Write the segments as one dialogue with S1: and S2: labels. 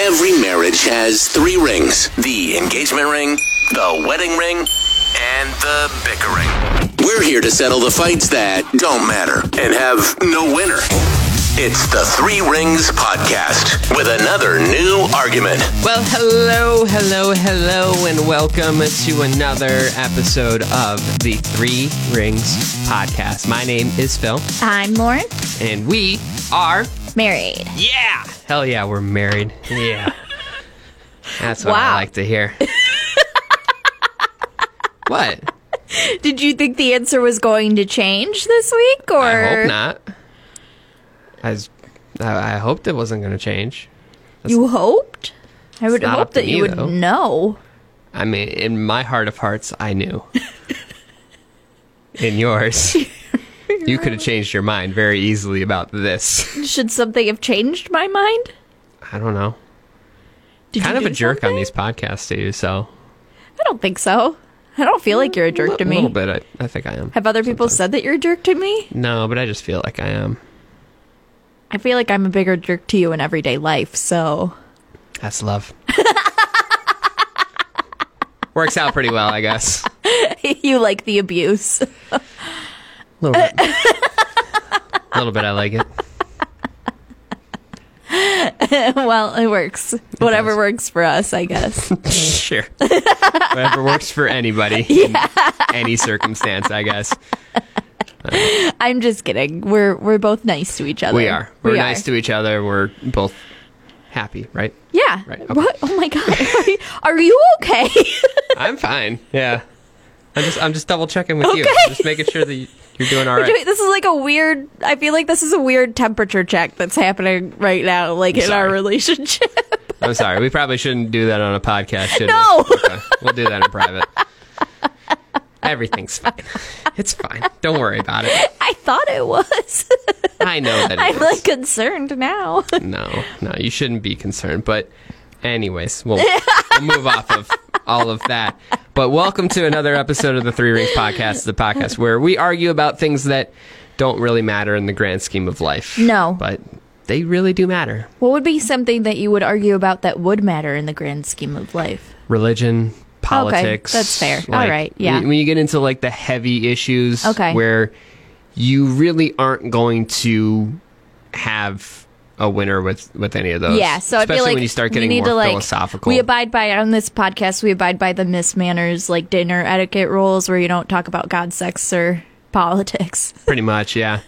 S1: Every marriage has three rings the engagement ring, the wedding ring, and the bickering. We're here to settle the fights that don't matter and have no winner. It's the Three Rings Podcast with another new argument.
S2: Well, hello, hello, hello, and welcome to another episode of the Three Rings Podcast. My name is Phil,
S3: I'm Lauren,
S2: and we are,
S3: married.
S2: yeah, hell yeah, we're married. Yeah. That's what I
S3: Wow.
S2: like to hear. what?
S3: Did you think the answer was going to change this week, or
S2: I hope not. I, s- I- I hoped it wasn't going to change.
S3: you hoped? I would
S2: not up
S3: hope
S2: to
S3: that you
S2: me,
S3: would
S2: though.
S3: know.
S2: I mean, in my heart of hearts, I knew. in yours, you could have changed your mind very easily about this.
S3: Should something have changed my mind?
S2: I don't know.
S3: Did
S2: kind
S3: you
S2: of a
S3: do
S2: jerk on
S3: something?
S2: these podcasts too. So
S3: I don't think so. I don't feel like you're a jerk to
S2: a
S3: me.
S2: little bit. I, I think I am.
S3: Have other people said that you're a jerk to me?
S2: No, but I just feel like I am.
S3: I feel like I'm a bigger jerk to you in everyday life. So
S2: That's love. Works out pretty well, I guess. A
S3: you like the abuse.
S2: little bit. A little bit. I like it.
S3: well, it works. Whatever
S2: does.
S3: works for us, I guess.
S2: Sure. Whatever works for anybody. In any circumstance, I guess.
S3: I'm just kidding. We're we're both nice to each other.
S2: We are. We're nice to each other. We're both happy, right?
S3: Yeah.
S2: Right, okay.
S3: What? Oh my god. Are you, are you okay?
S2: I'm fine. Yeah. I'm just I'm just double checking with you.
S3: Okay.
S2: Just making sure that you- you're doing all right.
S3: Wait, this is like a weird. I feel like this is a weird temperature check that's happening right now, like in
S2: sorry.
S3: our relationship.
S2: I'm sorry. We probably shouldn't do that on a podcast, should
S3: No.
S2: we? Okay. We'll do that in private. Everything's fine. It's fine. Don't worry about it.
S3: I thought it was.
S2: I know that
S3: I'm
S2: it
S3: like
S2: is.
S3: concerned now.
S2: No, no, you shouldn't be concerned. But, anyways, we'll, we'll move off of all of that. But welcome to another episode of the Three Rings Podcast, the podcast where we argue about things that don't really matter in the grand scheme of life.
S3: No.
S2: But they really do matter.
S3: What would be something that you would argue about that would matter in the grand scheme of life?
S2: Religion, politics.
S3: that's fair. All
S2: All right.
S3: right, yeah.
S2: When, when you get into like the heavy issues
S3: Okay.
S2: where you really aren't going to have a winner with with any of those.
S3: Yeah, so
S2: especially
S3: I feel like
S2: when you start getting
S3: we need
S2: more
S3: to like
S2: philosophical.
S3: we abide by on this podcast. We abide by the Miss Manners like dinner etiquette rules, where you don't talk about God, sex, or politics.
S2: pretty much yeah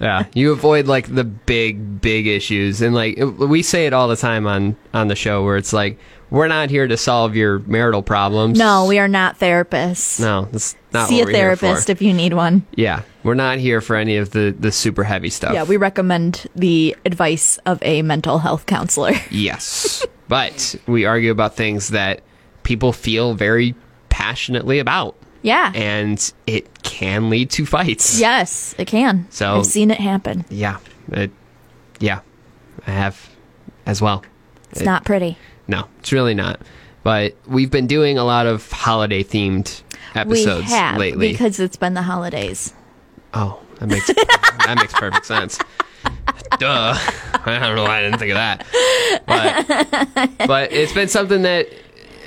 S2: yeah you avoid like the big big issues and like it- we say it all the time on on the show where it's like we're not here to solve your marital problems
S3: No, we are not therapists.
S2: no that's not
S3: See
S2: what
S3: a
S2: we're
S3: therapist
S2: here for.
S3: if you need one.
S2: yeah we're not here for any of the the super heavy stuff
S3: Yeah, we recommend the advice of a mental health counselor.
S2: yes but we argue about things that people feel very passionately about
S3: Yeah.
S2: and it can lead to fights
S3: yes, it can.
S2: So-
S3: I've seen it happen.
S2: yeah it, yeah i have as well
S3: It's not pretty.
S2: No, it's really not. But we've been doing a lot of holiday themed episodes
S3: we have
S2: lately.
S3: because it's been the holidays.
S2: oh, that makes that makes perfect sense. Duh. I don't know why I didn't think of that. But but it's been something that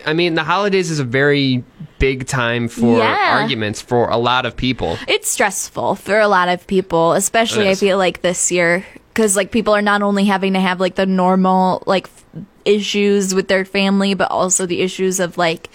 S2: I mean, the holidays is a very big time for
S3: Yeah.
S2: arguments for a lot of people.
S3: It's stressful for a lot of people, especially
S2: It
S3: I
S2: is.
S3: feel like this year cuz like people are not only having to have like the normal like f- issues with their family but also the issues of like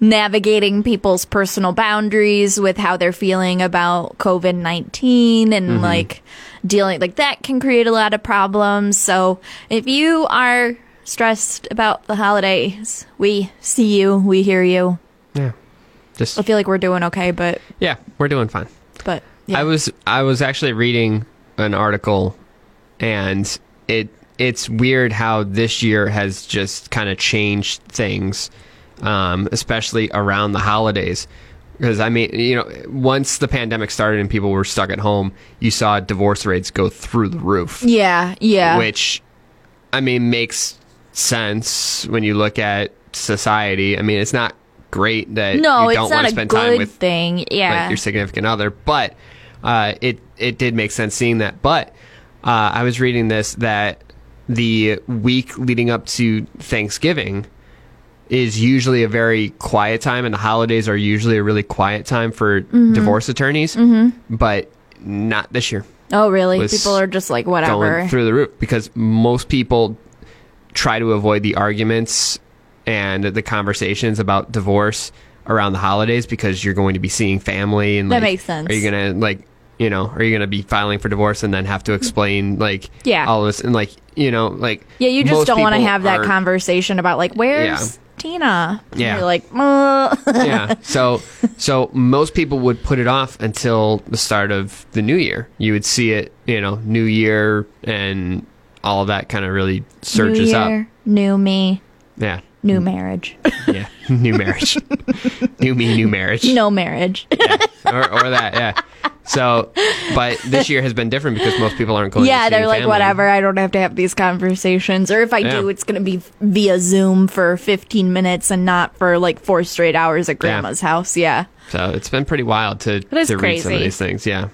S3: navigating people's personal boundaries with how they're feeling about COVID 19 and
S2: Mm-hmm.
S3: like dealing, like that can create a lot of problems. So if you are stressed about the holidays, we see you, we hear you.
S2: Yeah.
S3: I
S2: Just
S3: feel like we're doing okay, but,
S2: yeah, we're doing fine.
S3: but, yeah.
S2: I was I was actually reading an article, and it it's weird how this year has just kind of changed things, um, especially around the holidays. Because I mean, you know, once the pandemic started and people were stuck at home, you saw divorce rates go through the roof
S3: Yeah, yeah.
S2: which I mean makes sense when you look at society. I mean, it's not great that
S3: no,
S2: you
S3: it's
S2: don't want
S3: not
S2: to
S3: a
S2: spend
S3: good
S2: time with
S3: thing. Yeah.
S2: like your significant other, but uh, it it did make sense seeing that. But uh, I was reading this that the week leading up to Thanksgiving is usually a very quiet time, and the holidays are usually a really quiet time for divorce attorneys, but not this year
S3: oh, really?
S2: was
S3: People are just like whatever.
S2: going through the roof because most people try to avoid the arguments and the conversations about divorce around the holidays because you're going to be seeing family and
S3: That
S2: like,
S3: makes sense.
S2: Are you gonna like you know are you gonna be filing for divorce and then have to explain like
S3: Yeah.
S2: all this and like you know like
S3: yeah, you just
S2: most
S3: don't want to
S2: people
S3: have that
S2: are-
S3: conversation about like where's
S2: Yeah.
S3: Tina? And
S2: Yeah.
S3: You're like, uh,
S2: yeah. So so most people would put it off until the start of the new year. You would see it, you know, new year and all of that kind of really
S3: new
S2: surges up.
S3: year, new me,
S2: Yeah.
S3: new marriage.
S2: Yeah. New marriage. new me, new marriage.
S3: no marriage.
S2: Or, or that, yeah. So, but this year has been different because most people aren't going to
S3: yeah,
S2: see
S3: they're like,
S2: family.
S3: whatever. I don't have to have these conversations. Or if I
S2: Yeah.
S3: do, it's going to be via Zoom for 15 minutes and not for like four straight hours at grandma's house. Yeah.
S2: So it's been pretty wild to, to read
S3: is
S2: some of
S3: crazy.
S2: these things. Yeah.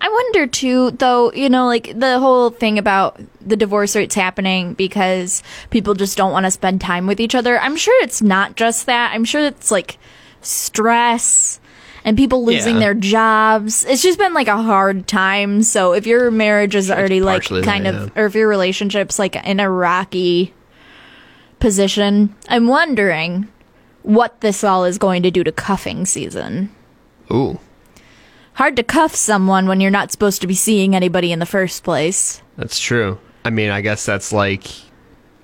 S3: I wonder too, though, you know, like the whole thing about the divorce rates happening because people just don't want to spend time with each other. I'm sure it's not just that. I'm sure it's like stress and people losing
S2: Yeah.
S3: their jobs. It's just been like a hard time. So if your marriage is already like
S2: partially
S3: kind
S2: that,
S3: of, or if your relationship's like in a rocky position, I'm wondering what this all is going to do to cuffing season.
S2: Ooh,
S3: Hard to cuff someone when you're not supposed to be seeing anybody in the first place.
S2: that's true. I mean, I guess that's like,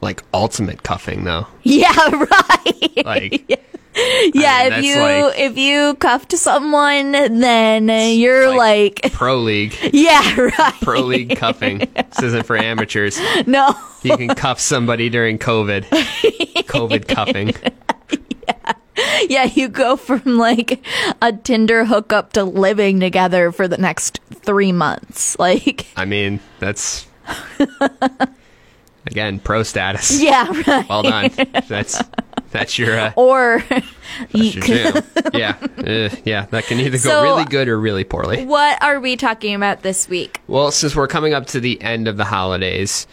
S2: like ultimate cuffing though.
S3: Yeah, right.
S2: Like,
S3: yeah,
S2: mean,
S3: if
S2: that's
S3: you
S2: like-
S3: if you cuffed someone, then you're like,
S2: pro league,
S3: yeah, right.
S2: pro league cuffing. This isn't for amateurs.
S3: no.
S2: You can cuff somebody during COVID. COVID cuffing.
S3: Yeah, you go from like a Tinder hookup to living together for the next 3 months. Like,
S2: I mean, that's again pro status.
S3: yeah, right.
S2: Well done. That's that's your uh,
S3: Or
S2: that's your jam. Yeah, uh, yeah. That can either go
S3: So-
S2: really good or really poorly.
S3: what are we talking about this week?
S2: Well, since we're coming up to the end of the holidays,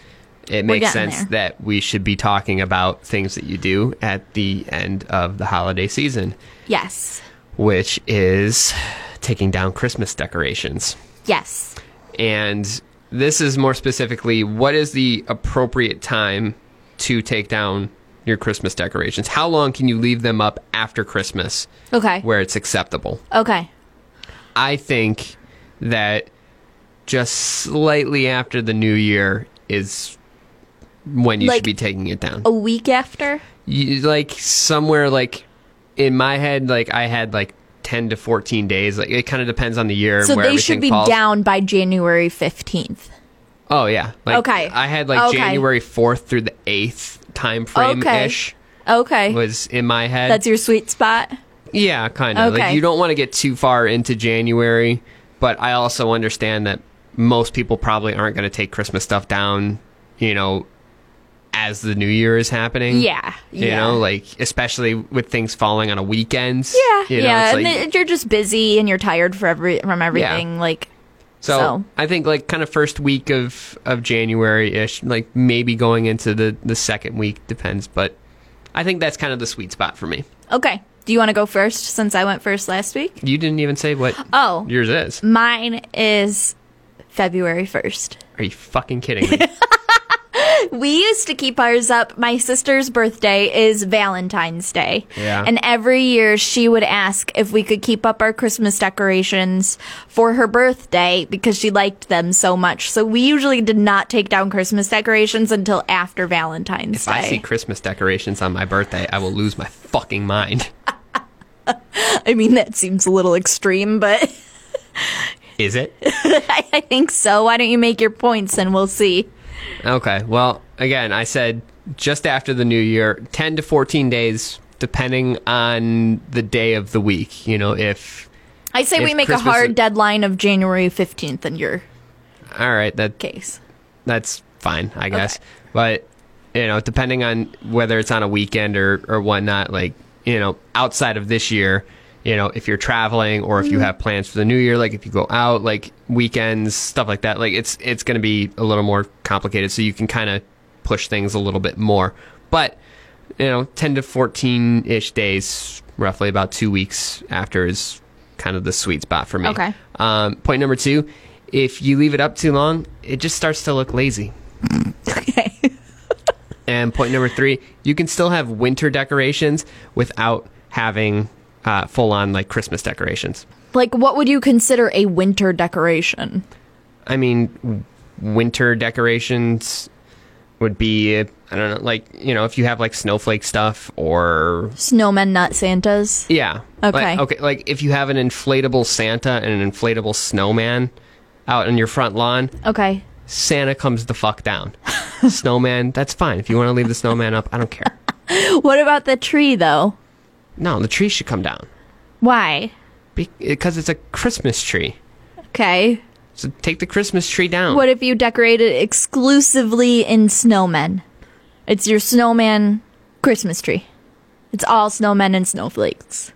S2: it makes
S3: getting
S2: sense
S3: there.
S2: that we should be talking about things that you do at the end of the holiday season,
S3: Yes.
S2: which is taking down Christmas decorations.
S3: Yes.
S2: and this is more specifically what is the appropriate time to take down your Christmas decorations? How long can you leave them up after Christmas
S3: Okay.
S2: where it's acceptable?
S3: Okay.
S2: I think that just slightly after the new year is when you
S3: Like- Oh.
S2: should be taking it down.
S3: A week after?
S2: You, like somewhere like in my head like I had like 10 to 14 days like it kind of depends on the year and
S3: So
S2: where
S3: they
S2: everything
S3: should be
S2: falls.
S3: down by January 15th.
S2: Oh yeah. Like,
S3: Okay.
S2: I had like
S3: Okay.
S2: January fourth through the eighth time frame ish
S3: Okay.
S2: was in my head.
S3: That's your sweet spot.
S2: yeah, kind of. Like
S3: Okay.
S2: you don't want to get too far into January, but I also understand that most people probably aren't going to take Christmas stuff down. You know, as the new year is happening.
S3: Yeah,
S2: You
S3: yeah.
S2: know, like especially with things falling on a weekend.
S3: Yeah.
S2: You know,
S3: yeah.
S2: it's
S3: and
S2: like-
S3: th- you're just busy and you're tired for every, from everything. Like,
S2: So,
S3: So-
S2: I think like kind of first week of of January ish, like maybe going into the the second week depends, but I think that's kind of the sweet spot for me.
S3: okay. Do you want to go first since I went first last week?
S2: You didn't even say what
S3: Oh,
S2: yours is.
S3: mine is February 1st.
S2: Are you fucking kidding me?
S3: We used to keep ours up. My sister's birthday is Valentine's Day.
S2: Yeah.
S3: And every year she would ask if we could keep up our Christmas decorations for her birthday because she liked them so much. So we usually did not take down Christmas decorations until after Valentine's
S2: if
S3: Day.
S2: I see Christmas decorations on my birthday, I will lose my fucking mind.
S3: I mean, that seems a little extreme, but
S2: Is it?
S3: I think so. Why don't you make your points and we'll see.
S2: Okay. Well, again, I said just after the new year, 10 to 14 days, depending on the day of the week. You know, if.
S3: I say
S2: If
S3: we make a
S2: Christmas
S3: hard
S2: is-
S3: deadline of January 15th in your
S2: All right, that
S3: case.
S2: that's fine, I guess. But you know, depending on whether it's on a weekend or or whatnot, like you know, outside of this year, you know, if you're traveling or if you have plans for the new year, like if you go out, like weekends, stuff like that, like it's it's going to be a little more complicated. So you can kind of push things a little bit more, but you know, ten to fourteen ish days, roughly about two weeks after is kind of the sweet spot for me.
S3: Okay.
S2: Um, point number two, if you leave it up too long, it just starts to look lazy.
S3: Okay.
S2: And point number three, you can still have winter decorations without having uh, full on like Christmas decorations.
S3: like, what would you consider a winter decoration?
S2: I mean, w- winter decorations would be, I don't know, like, you know, if you have like snowflake stuff or,
S3: Snowmen, not Santas.
S2: yeah.
S3: Okay.
S2: Like, okay. Like if you have an inflatable Santa and an inflatable snowman out on your front lawn,
S3: Okay.
S2: Santa comes the fuck down. Snowman, that's fine. If you want to leave the snowman up, I don't care.
S3: What about the tree, though?
S2: No, the tree should come down
S3: Why?
S2: because it's a Christmas tree.
S3: Okay.
S2: So take the Christmas tree down.
S3: What if you decorate it exclusively in snowmen? It's your snowman Christmas tree. It's all snowmen and snowflakes.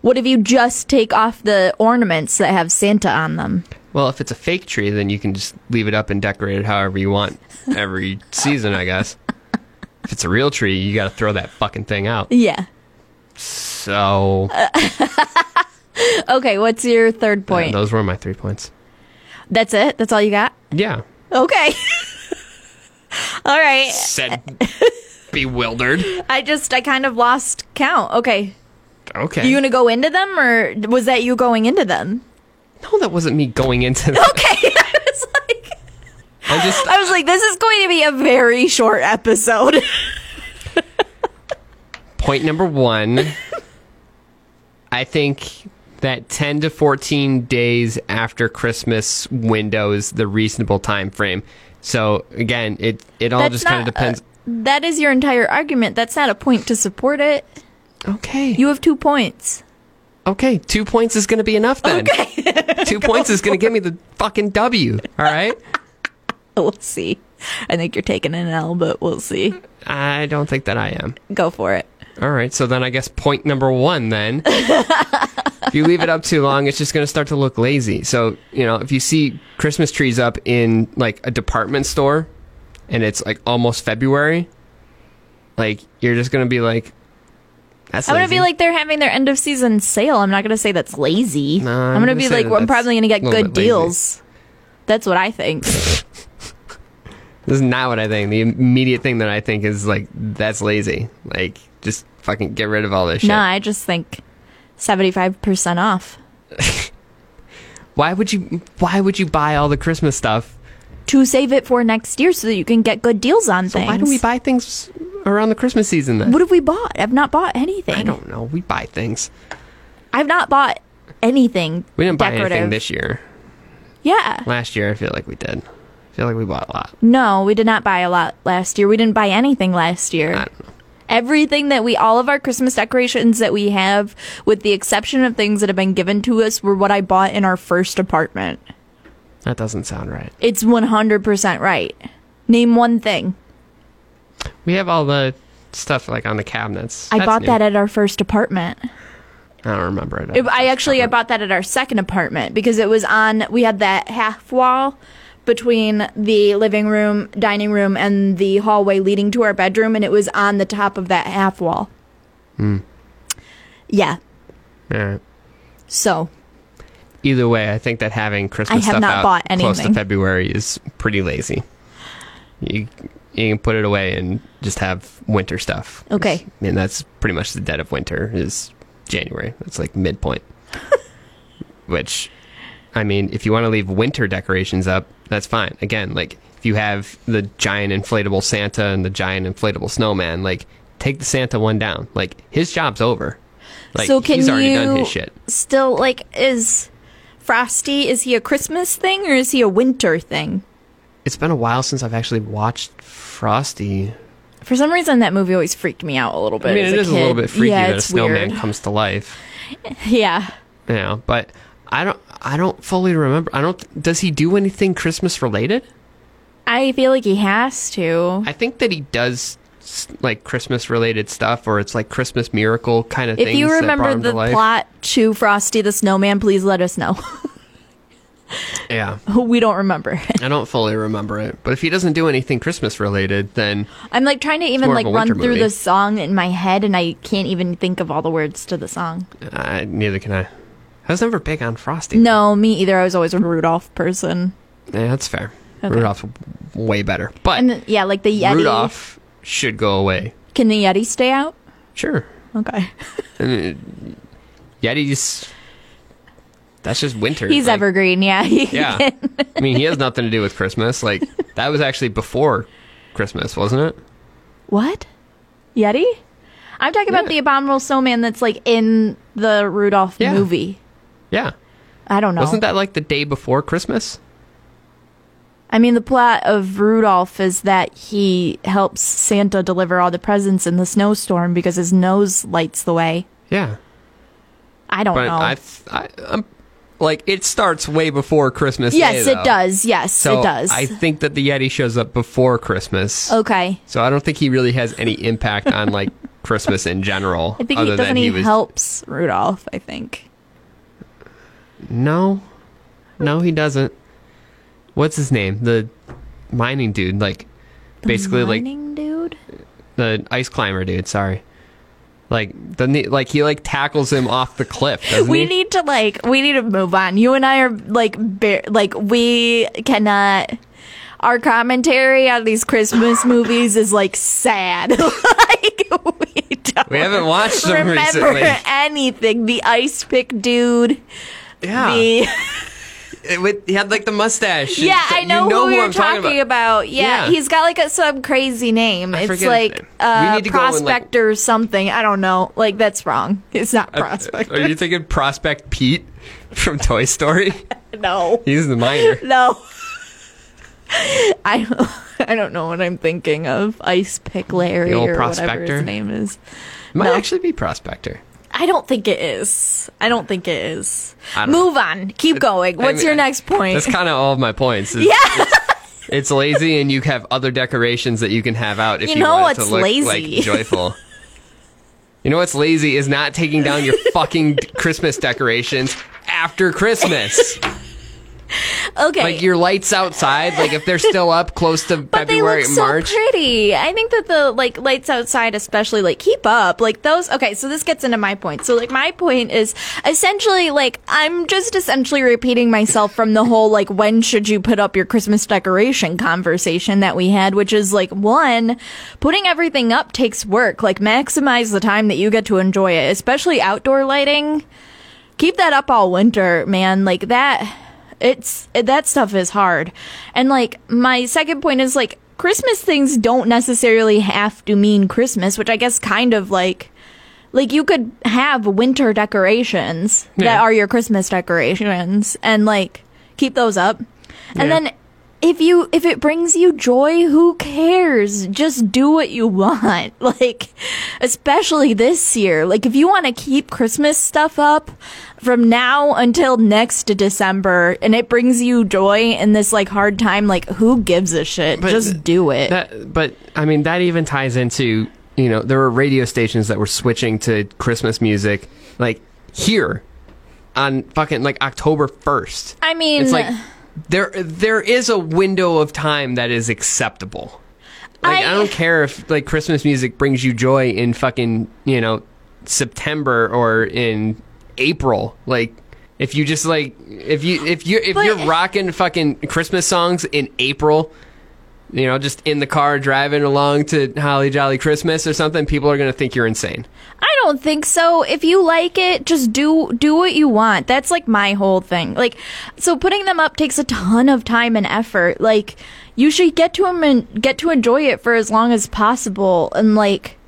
S3: What if you just take off the ornaments that have Santa on them?
S2: well, if it's a fake tree, then you can just leave it up and decorate it however you want every season, I guess. If it's a real tree, you got to throw that fucking thing out.
S3: Yeah.
S2: So
S3: Uh, Okay, what's your third
S2: yeah,
S3: point?
S2: those were my three points.
S3: That's it? That's all you got?
S2: Yeah.
S3: Okay. all right.
S2: Said bewildered.
S3: I just, I kind of lost count. Okay.
S2: Okay.
S3: You going to go into them or was that you going into them?
S2: no, that wasn't me going into that.
S3: Okay. I was like,
S2: I just
S3: I was like, this is going to be a very short episode.
S2: Point number one I think that 10 to 14 days after Christmas window is the reasonable time frame. So again, it, it all just kind of
S3: not- uh,
S2: depends.
S3: that is your entire argument. That's not a point to support it.
S2: okay.
S3: You have two points.
S2: okay. Two points is going to be enough then. Two points is going to give me the fucking W. All right.
S3: We'll see. I think you're taking an L, but we'll see.
S2: I don't think that I am.
S3: Go for it.
S2: All right. So then I guess point number one then. if you leave it up too long, it's just going to start to look lazy. So, you know, if you see Christmas trees up in like a department store and it's like almost February, like you're just going to be like, that's
S3: I'm gonna
S2: lazy.
S3: be like they're having their end of season sale. I'm not gonna say that's lazy.
S2: No,
S3: I'm,
S2: I'm
S3: gonna,
S2: gonna
S3: be
S2: say
S3: like,
S2: that
S3: well, I'm
S2: that's
S3: probably gonna get
S2: a little
S3: good
S2: bit lazy.
S3: deals. That's what I think.
S2: this is not what I think. The immediate thing that I think is like, that's lazy. Like, just fucking get rid of all this shit.
S3: no, I just think 75% off.
S2: Why would you, why would you buy all the Christmas stuff?
S3: To save it for next year so that you can get good deals on
S2: So
S3: things.
S2: why do we buy things around the Christmas season then?
S3: What have we bought? I've not bought anything.
S2: I don't know. We buy things.
S3: I've not bought anything.
S2: We didn't buy
S3: decorative.
S2: anything this year.
S3: Yeah.
S2: Last year, I feel like we did. I feel like we bought a lot.
S3: No, we did not buy a lot last year. We didn't buy anything last year.
S2: I don't know.
S3: Everything that we, all of our Christmas decorations that we have, with the exception of things that have been given to us, were what I bought in our first apartment.
S2: That doesn't sound right.
S3: It's 100% right. Name one thing.
S2: We have all the stuff like on the cabinets.
S3: I
S2: That's
S3: bought
S2: new.
S3: that at our first apartment.
S2: I don't remember it.
S3: It- I actually I bought that at our second apartment because it was on we had that half wall between the living room, dining room and the hallway leading to our bedroom and it was on the top of that half wall.
S2: Hmm.
S3: Yeah.
S2: All right.
S3: So,
S2: Either way, I think that having Christmas
S3: I have
S2: stuff
S3: not
S2: out
S3: bought
S2: close to
S3: anything.
S2: February is pretty lazy. You you can put it away and just have winter stuff.
S3: Okay.
S2: And that's pretty much the dead of winter is January. That's like midpoint. Which, I mean, if you want to leave winter decorations up, that's fine. Again, like if you have the giant inflatable Santa and the giant inflatable snowman, like take the Santa one down. Like his job's over. Like
S3: so can
S2: he's already
S3: you
S2: done his shit.
S3: still like is Frosty is he a Christmas thing or is he a winter thing?
S2: it's been a while since I've actually watched Frosty.
S3: For some reason, that movie always freaked me out a little bit.
S2: I mean,
S3: as
S2: it
S3: a
S2: is a little
S3: kid.
S2: bit freaky
S3: yeah,
S2: that a
S3: it's
S2: snowman
S3: Weird.
S2: comes to life.
S3: Yeah,
S2: You know, but I don't. I don't fully remember. I don't. Does he do anything Christmas related?
S3: I feel like he has to.
S2: I think that he does s- like Christmas related stuff, or it's like Christmas miracle kind of.
S3: If
S2: things
S3: you
S2: that brought
S3: remember
S2: him
S3: the
S2: to life.
S3: plot to Frosty the Snowman, please let us know.
S2: yeah,
S3: we don't remember.
S2: I don't fully remember it. But if he doesn't do anything Christmas related, then
S3: I'm like trying to even
S2: more of
S3: like
S2: a
S3: run
S2: winter
S3: through
S2: movie.
S3: the song in my head, and I can't even think of all the words to the song.
S2: uh, neither can I. I was never big on Frosty.
S3: No, me either. I was always a Rudolph person.
S2: yeah, that's fair. Rudolph's w- way better, but
S3: And yeah, like the Yeti.
S2: Rudolph should go away.
S3: Can the Yeti stay out?
S2: Sure,
S3: Okay.
S2: Yetis. That's just winter.
S3: He's
S2: like-
S3: evergreen. Yeah. He
S2: Yeah, I mean, he has nothing to do with Christmas. Like that was actually before Christmas, wasn't it?
S3: What? Yeti? I'm talking about
S2: Yeah.
S3: the abominable snowman that's like in the Rudolph
S2: Yeah.
S3: movie.
S2: Yeah.
S3: I don't know.
S2: Wasn't that like the day before Christmas?
S3: I mean, the plot of Rudolph is that he helps Santa deliver all the presents in the snowstorm because his nose lights the way.
S2: Yeah.
S3: I don't
S2: But
S3: know.
S2: I, th- I, I'm like it starts way before Christmas.
S3: yes,
S2: Day,
S3: it
S2: though.
S3: does. Yes,
S2: So
S3: it does.
S2: I think that the Yeti shows up before Christmas.
S3: okay.
S2: So I don't think he really has any impact on like Christmas in general.
S3: I think
S2: other
S3: he doesn't.
S2: than
S3: He,
S2: he was
S3: helps Rudolph. I think.
S2: no, no, he doesn't. What's his name? The mining dude, like basically like
S3: Mining dude.
S2: the ice climber dude. Sorry, like doesn't he, like he like tackles him off the cliff. Doesn't
S3: We
S2: he?
S3: need to like we need to move on. You and I are like bare, like we cannot. Our commentary on these Christmas movies is like sad. like we don't.
S2: We haven't watched them
S3: remember
S2: recently.
S3: anything. The ice pick dude.
S2: Yeah.
S3: The
S2: It with, he had like the mustache.
S3: yeah, I
S2: You
S3: know, who, you're
S2: I'm
S3: talking, about. Yeah,
S2: Yeah.
S3: he's got like a, some crazy name.
S2: I
S3: it's
S2: forget his
S3: like
S2: name. We
S3: uh,
S2: need to go and, like-
S3: prospector something. I don't know. Like that's wrong. It's not prospector.
S2: Are you thinking Prospect Pete from Toy Story?
S3: no.
S2: He's the miner.
S3: No. I I don't know what I'm thinking of. Ice Pick Larry
S2: The old
S3: or whatever
S2: prospector?
S3: his name is.
S2: Might
S3: No.
S2: actually be Prospector.
S3: I don't think it is. I don't think it is.
S2: I don't
S3: Move on. Keep going. What's
S2: I mean,
S3: your next point?
S2: That's kind of all of my points. It's,
S3: yeah.
S2: it's lazy, and you have other decorations that you can have out if
S3: You
S2: you,
S3: know
S2: want it to
S3: what's
S2: look
S3: lazy.
S2: like joyful. You know what's lazy is not taking down your fucking d- Christmas decorations after Christmas.
S3: Okay.
S2: Like your lights outside, like if they're still up close to
S3: but they
S2: February,
S3: look so
S2: March.
S3: pretty. I think that the like lights outside, especially like keep up like those. Okay, so this gets into my point. So like my point is essentially like I'm just essentially repeating myself from the whole like when should you put up your Christmas decoration conversation that we had, which is like one putting everything up takes work. Like maximize the time that you get to enjoy it, especially outdoor lighting. Keep that up all winter, man. Like that it's that stuff is hard and like my second point is like christmas things don't necessarily have to mean christmas which i guess kind of like like you could have winter decorations that
S2: Yeah.
S3: are your christmas decorations and like keep those up and
S2: Yeah.
S3: then if you if it brings you joy who cares just do what you want like especially this year like if you want to keep christmas stuff up from now until next december and it brings you joy in this like hard time like who gives a shit
S2: But
S3: just do it
S2: That, but I mean, that even ties into you know there were radio stations that were switching to Christmas music like here on fucking like October first.
S3: i mean
S2: It's like there there is a window of time that is acceptable. Like I,
S3: I-
S2: don't care if like Christmas music brings you joy in fucking you know September or in April. Like if you just like if you if you if
S3: But-
S2: you're rocking fucking Christmas songs in April, you know, just in the car driving along to Holly Jolly Christmas or something, people are gonna think you're insane.
S3: I don't think so. If you like it, just do do what you want. That's like my whole thing. Like so putting them up takes a ton of time and effort. Like you should get to them and get to enjoy it for as long as possible and like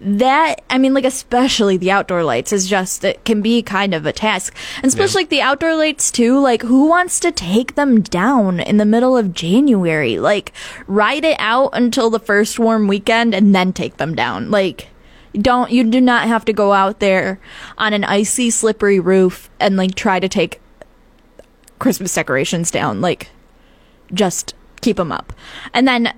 S3: that I mean, like especially the outdoor lights is just it can be kind of a task, and especially like the outdoor lights too. Like, who wants to take them down in the middle of January? Like, ride it out until the first warm weekend and then take them down. Like, don't you do not have to go out there on an icy, slippery roof and like try to take Christmas decorations down. Like, just keep them up. And then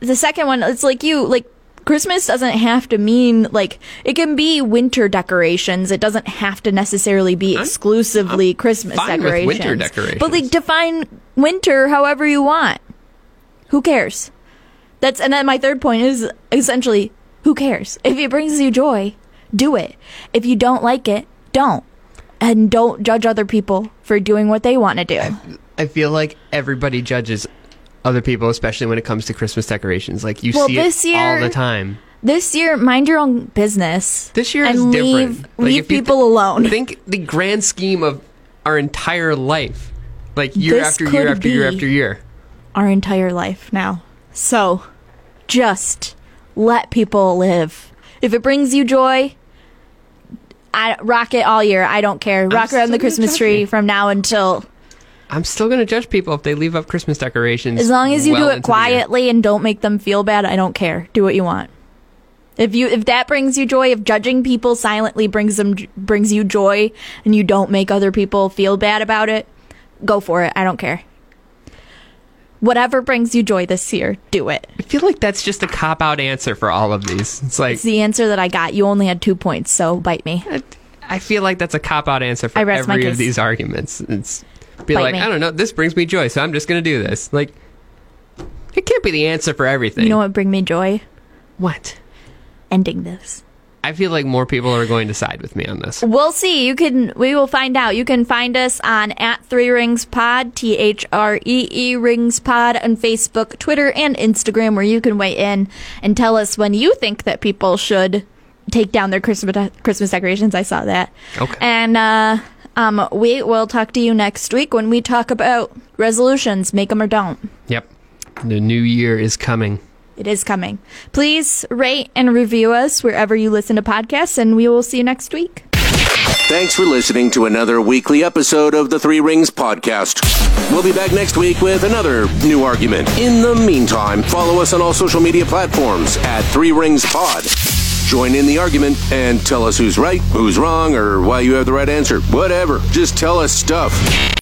S3: the second one, it's like you, like, Christmas doesn't have to mean, like, it can be winter decorations. It doesn't have to necessarily be exclusively Christmas
S2: fine with
S3: decorations.
S2: winter
S3: But,
S2: decorations.
S3: like, define winter however you want. Who cares? That's, and then my third point is essentially, who cares? If it brings you joy, do it. If you don't like it, don't. And don't judge other people for doing what they want to do.
S2: I feel like everybody judges other people, especially when it comes to Christmas decorations. Like you
S3: Well,
S2: see
S3: this
S2: it all
S3: year-
S2: the time.
S3: This year, mind your own business.
S2: This year
S3: and
S2: is
S3: leave,
S2: different. Like,
S3: leave
S2: if you th-
S3: people alone.
S2: Think the grand scheme of our entire life, like year
S3: This
S2: after
S3: could
S2: year after year
S3: be-
S2: after year.
S3: Our entire life now. So, just let people live. If it brings you joy, I rock it all year. I don't care. Rock
S2: still
S3: around the
S2: gonna
S3: Christmas
S2: judge
S3: tree
S2: you.
S3: from now until
S2: I'm still gonna judge people if they leave up Christmas decorations.
S3: as long as you
S2: well
S3: do it
S2: into the year.
S3: quietly and don't make them feel bad. I don't care. Do what you want. If you if that brings you joy, if judging people silently brings them brings you joy, and you don't make other people feel bad about it, go for it. I don't care. Whatever brings you joy this year, do it.
S2: I feel like that's just a cop out answer for all of these. It's like
S3: It's the answer that I got. You only had two points, so bite me.
S2: I feel like that's a cop out answer for
S3: I rest my
S2: every of
S3: case.
S2: these arguments. It's be
S3: Bite
S2: like,
S3: me.
S2: I don't know, this brings me joy, so I'm just gonna do this. Like it can't be the answer for everything.
S3: You know what bring me joy?
S2: What?
S3: Ending this.
S2: I feel like more people are going to side with me on this.
S3: We'll see. You can. We will find out. You can find us on at Three Rings Pod, T H R E E Rings Pod, on Facebook, Twitter, and Instagram, where you can weigh in and tell us when you think that people should take down their Christmas Christmas decorations. I saw that.
S2: Okay.
S3: And uh, um, we will talk to you next week when we talk about resolutions, make them or don't.
S2: Yep. The new year is coming.
S3: It is coming. Please rate and review us wherever you listen to podcasts, and we will see you next week.
S1: Thanks for listening to another weekly episode of the Three Rings Podcast. We'll be back next week with another new argument. In the meantime, follow us on all social media platforms at Three Rings Pod. Join in the argument and tell us who's right, who's wrong, or why you have the right answer. Whatever. Just tell us stuff.